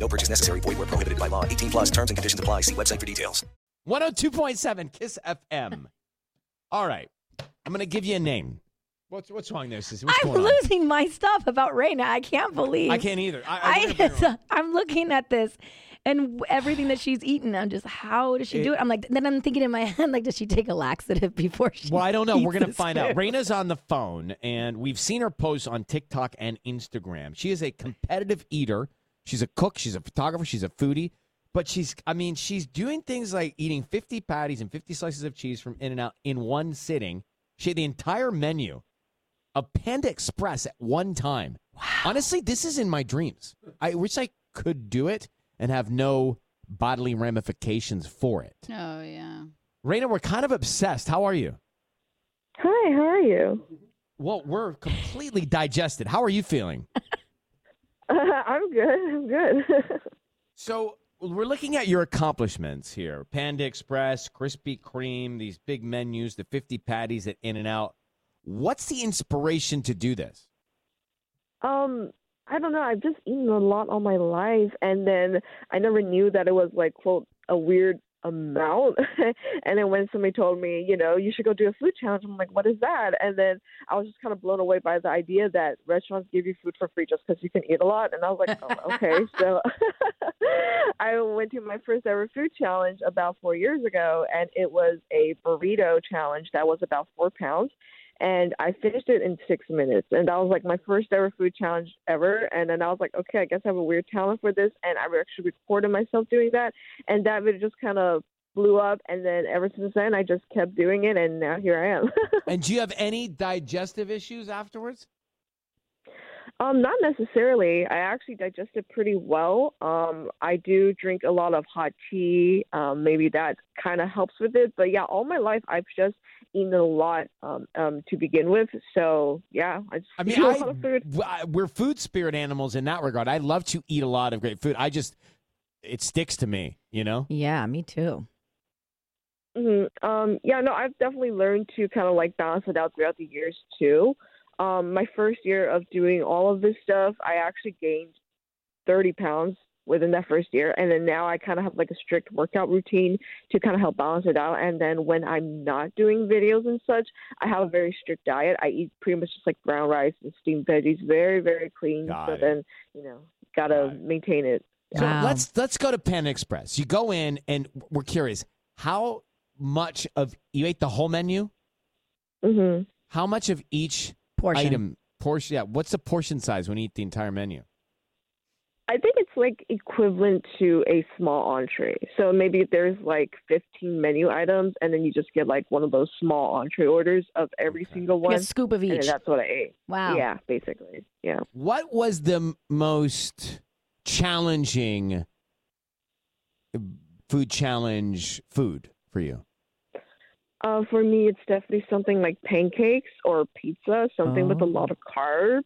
No purchase necessary. Void where prohibited by law. 18 plus terms and conditions apply. See website for details. 102.7 Kiss FM. All right. I'm going to give you a name. What's what's wrong there, Sissy? What's I'm going losing my stuff about Raina. I can't believe on? I can't either. I, I, I look at her wrong. just, I'm looking at this and w- everything that she's eaten. I'm just, how does she do It- it? I'm like, then I'm thinking in my head, like, does she take a laxative before she? well, I don't know. We're eats going to this find out. food? Raina's on the phone, and we've seen her posts on TikTok and Instagram. She is a competitive eater. She's a cook. She's a photographer. She's a foodie. But she's, I mean, she's doing things like eating 50 patties and 50 slices of cheese from In N Out in one sitting. She had the entire menu of Panda Express at one time. Honestly, this is in my dreams. I wish I could do it and have no bodily ramifications for it. Oh yeah. Raina, we're kind of obsessed. How are you? Hi, how are you? Well, we're completely digested. How are you feeling? Uh, I'm good. I'm good. So we're looking at your accomplishments here: Panda Express, Krispy Kreme, these big menus, the fifty patties at In and Out. What's the inspiration to do this? um, I don't know. I've just eaten a lot all my life, and then I never knew that it was like quote a weird amount. and then when somebody told me, you know, you should go do a food challenge, I'm like, what is that? And then I was just kind of blown away by the idea that restaurants give you food for free just because you can eat a lot. And I was like, oh, okay. so I went to my first ever food challenge about four years ago, and it was a burrito challenge that was about four pounds. and I finished it in six minutes. And that was like my first ever food challenge ever. And then I was like, okay, I guess I have a weird talent for this. And I actually recorded myself doing that. And that video just kind of blew up. And then ever since then, I just kept doing it. And now here I am. And do you have any digestive issues afterwards? Um, not necessarily. I actually digest it pretty well. Um, I do drink a lot of hot tea. Um, maybe that kind of helps with it. But yeah, all my life I've just eaten a lot um, um, to begin with. So yeah, I just I mean, eat a I, lot of food. w- I- we're food spirit animals in that regard. I love to eat a lot of great food. I just it sticks to me, you know. Yeah, me too. hmm Um, yeah, no, I've definitely learned to kind of like balance it out throughout the years too. Um, my first year of doing all of this stuff, I actually gained 30 pounds within that first year. And then now I kind of have like a strict workout routine to kind of help balance it out. And then when I'm not doing videos and such, I have a very strict diet. I eat pretty much just like brown rice and steamed veggies, very, very clean. Got so it. then, you know, gotta Got it. maintain it. So Wow. let's let's go to Pan Express. You go in and we're curious how much of you ate the whole menu? hmm How much of each Portion. item portion? Yeah, what's the portion size when you eat the entire menu? I think it's like equivalent to a small entree. So maybe there's like 15 menu items, and then you just get like one of those small entree orders of every Okay. single Like one. a scoop of And then each. that's what I ate. Wow. Yeah, basically. Yeah. What was the m- most challenging uh, food challenge food for you? Uh, for me, it's definitely something like pancakes or pizza, something with a Oh. lot of carbs,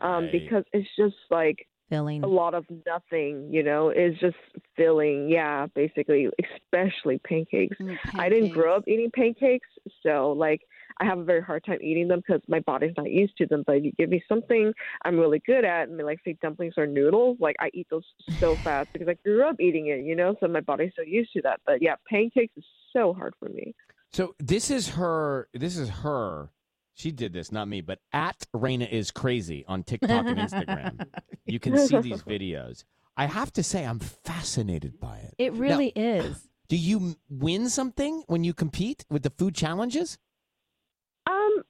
um, Right. because it's just like Filling. a lot of nothing, you know, it's just filling. Yeah, basically, especially pancakes. Mm, I didn't grow up pancakes. eating pancakes, so like I have a very hard time eating them because my body's not used to them. But if you give me something I'm really good at, I mean, like say dumplings or noodles, like I eat those so fast because I grew up eating it, you know. So my body's so used to that. But yeah, pancakes is so hard for me. So this is her. This is her. She did this, not me, but at Raina is crazy on TikTok and Instagram. you can see these videos. I have to say, I'm fascinated by it. It really is. Do you m- win something when you compete with the food challenges? Um,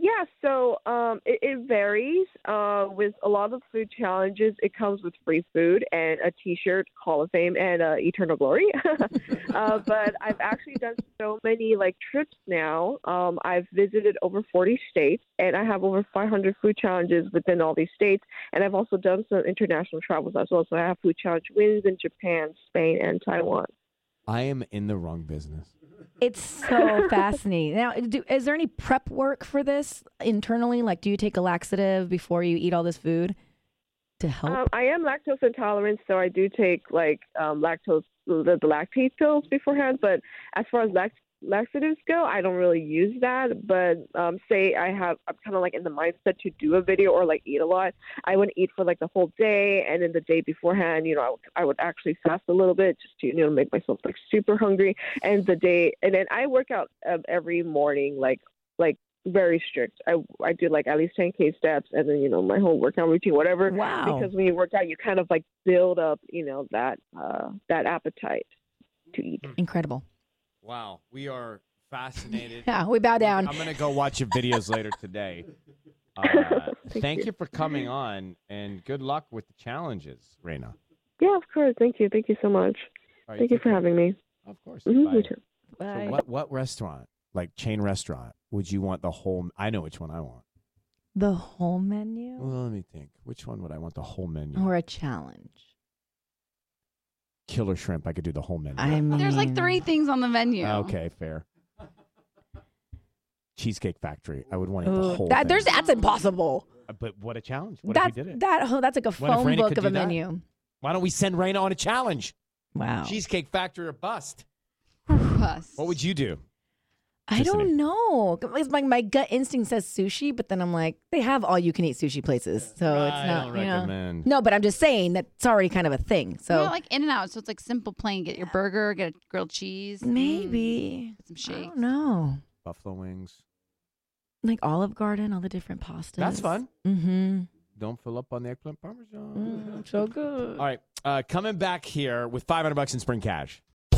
yeah, so um, it, it varies. Uh, with a lot of food challenges, it comes with free food and a T-shirt, Hall of Fame, and uh, Eternal Glory. uh, but I've actually done so many like trips now. Um, I've visited over 40 states, and I have over 500 food challenges within all these states. And I've also done some international travels as well. So I have food challenge wins in Japan, Spain, and Taiwan. I am in the wrong business. It's so fascinating. Now, do, is there any prep work for this internally? Like, do you take a laxative before you eat all this food to help? Um, I am lactose intolerant, so I do take like um, lactose the, the lactate pills beforehand. But as far as lact- laxatives go, I don't really use that. But um, say I have, I'm kind of like in the mindset to do a video or like eat a lot. I wouldn't eat for like the whole day, and then the day beforehand, you know, I would, I would actually fast a little bit just to you know make myself like super hungry. And the day, and then I work out um, every morning, like like very strict. I I do like at least 10k steps, and then you know my whole workout routine, whatever. Wow. Because when you work out, you kind of like build up, you know, that uh, that appetite to eat. Um, Incredible. Wow, we are fascinated. Yeah, we bow down. I'm gonna go watch your videos later today. Uh, thank you. for coming on, and good luck with the challenges, Raina. Yeah, of course. Thank you. Thank you so much. All right, Thank you for take care. having me. Of course. Mhm, Bye. you too. Bye. So what what restaurant, like chain restaurant, would you want the whole? I know which one I want. The whole menu Well, let me think. Which one would I want the whole menu? or a challenge? Killer shrimp. I could do the whole menu. I mean, There's like three things on the menu. Okay, fair. Cheesecake Factory. I would want it the Ooh, whole. that, thing. there's that's impossible. Uh, But what a challenge! What That's if we did it? that. Oh, that's like a What if phone Raina book could of a do that? menu. Why don't we send Raina on a challenge? Wow. Cheesecake Factory or bust. Us. What would you do? I Tiffany. don't know. 'Cause My, my gut instinct says sushi, but then I'm like, they have all you can eat sushi places, so Oh, it's not. you know. No, but I'm just saying that it's already kind of a thing. You So know, like in and out, so it's like simple plain. Get your burger, get a grilled cheese, mm, maybe get some I shakes. don't know. Buffalo wings. Like Olive Garden, all the different pastas. That's fun. Mm-hmm. Don't fill up on the eggplant parmesan. so good. All right, uh, coming back here with 500 bucks in spring cash.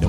No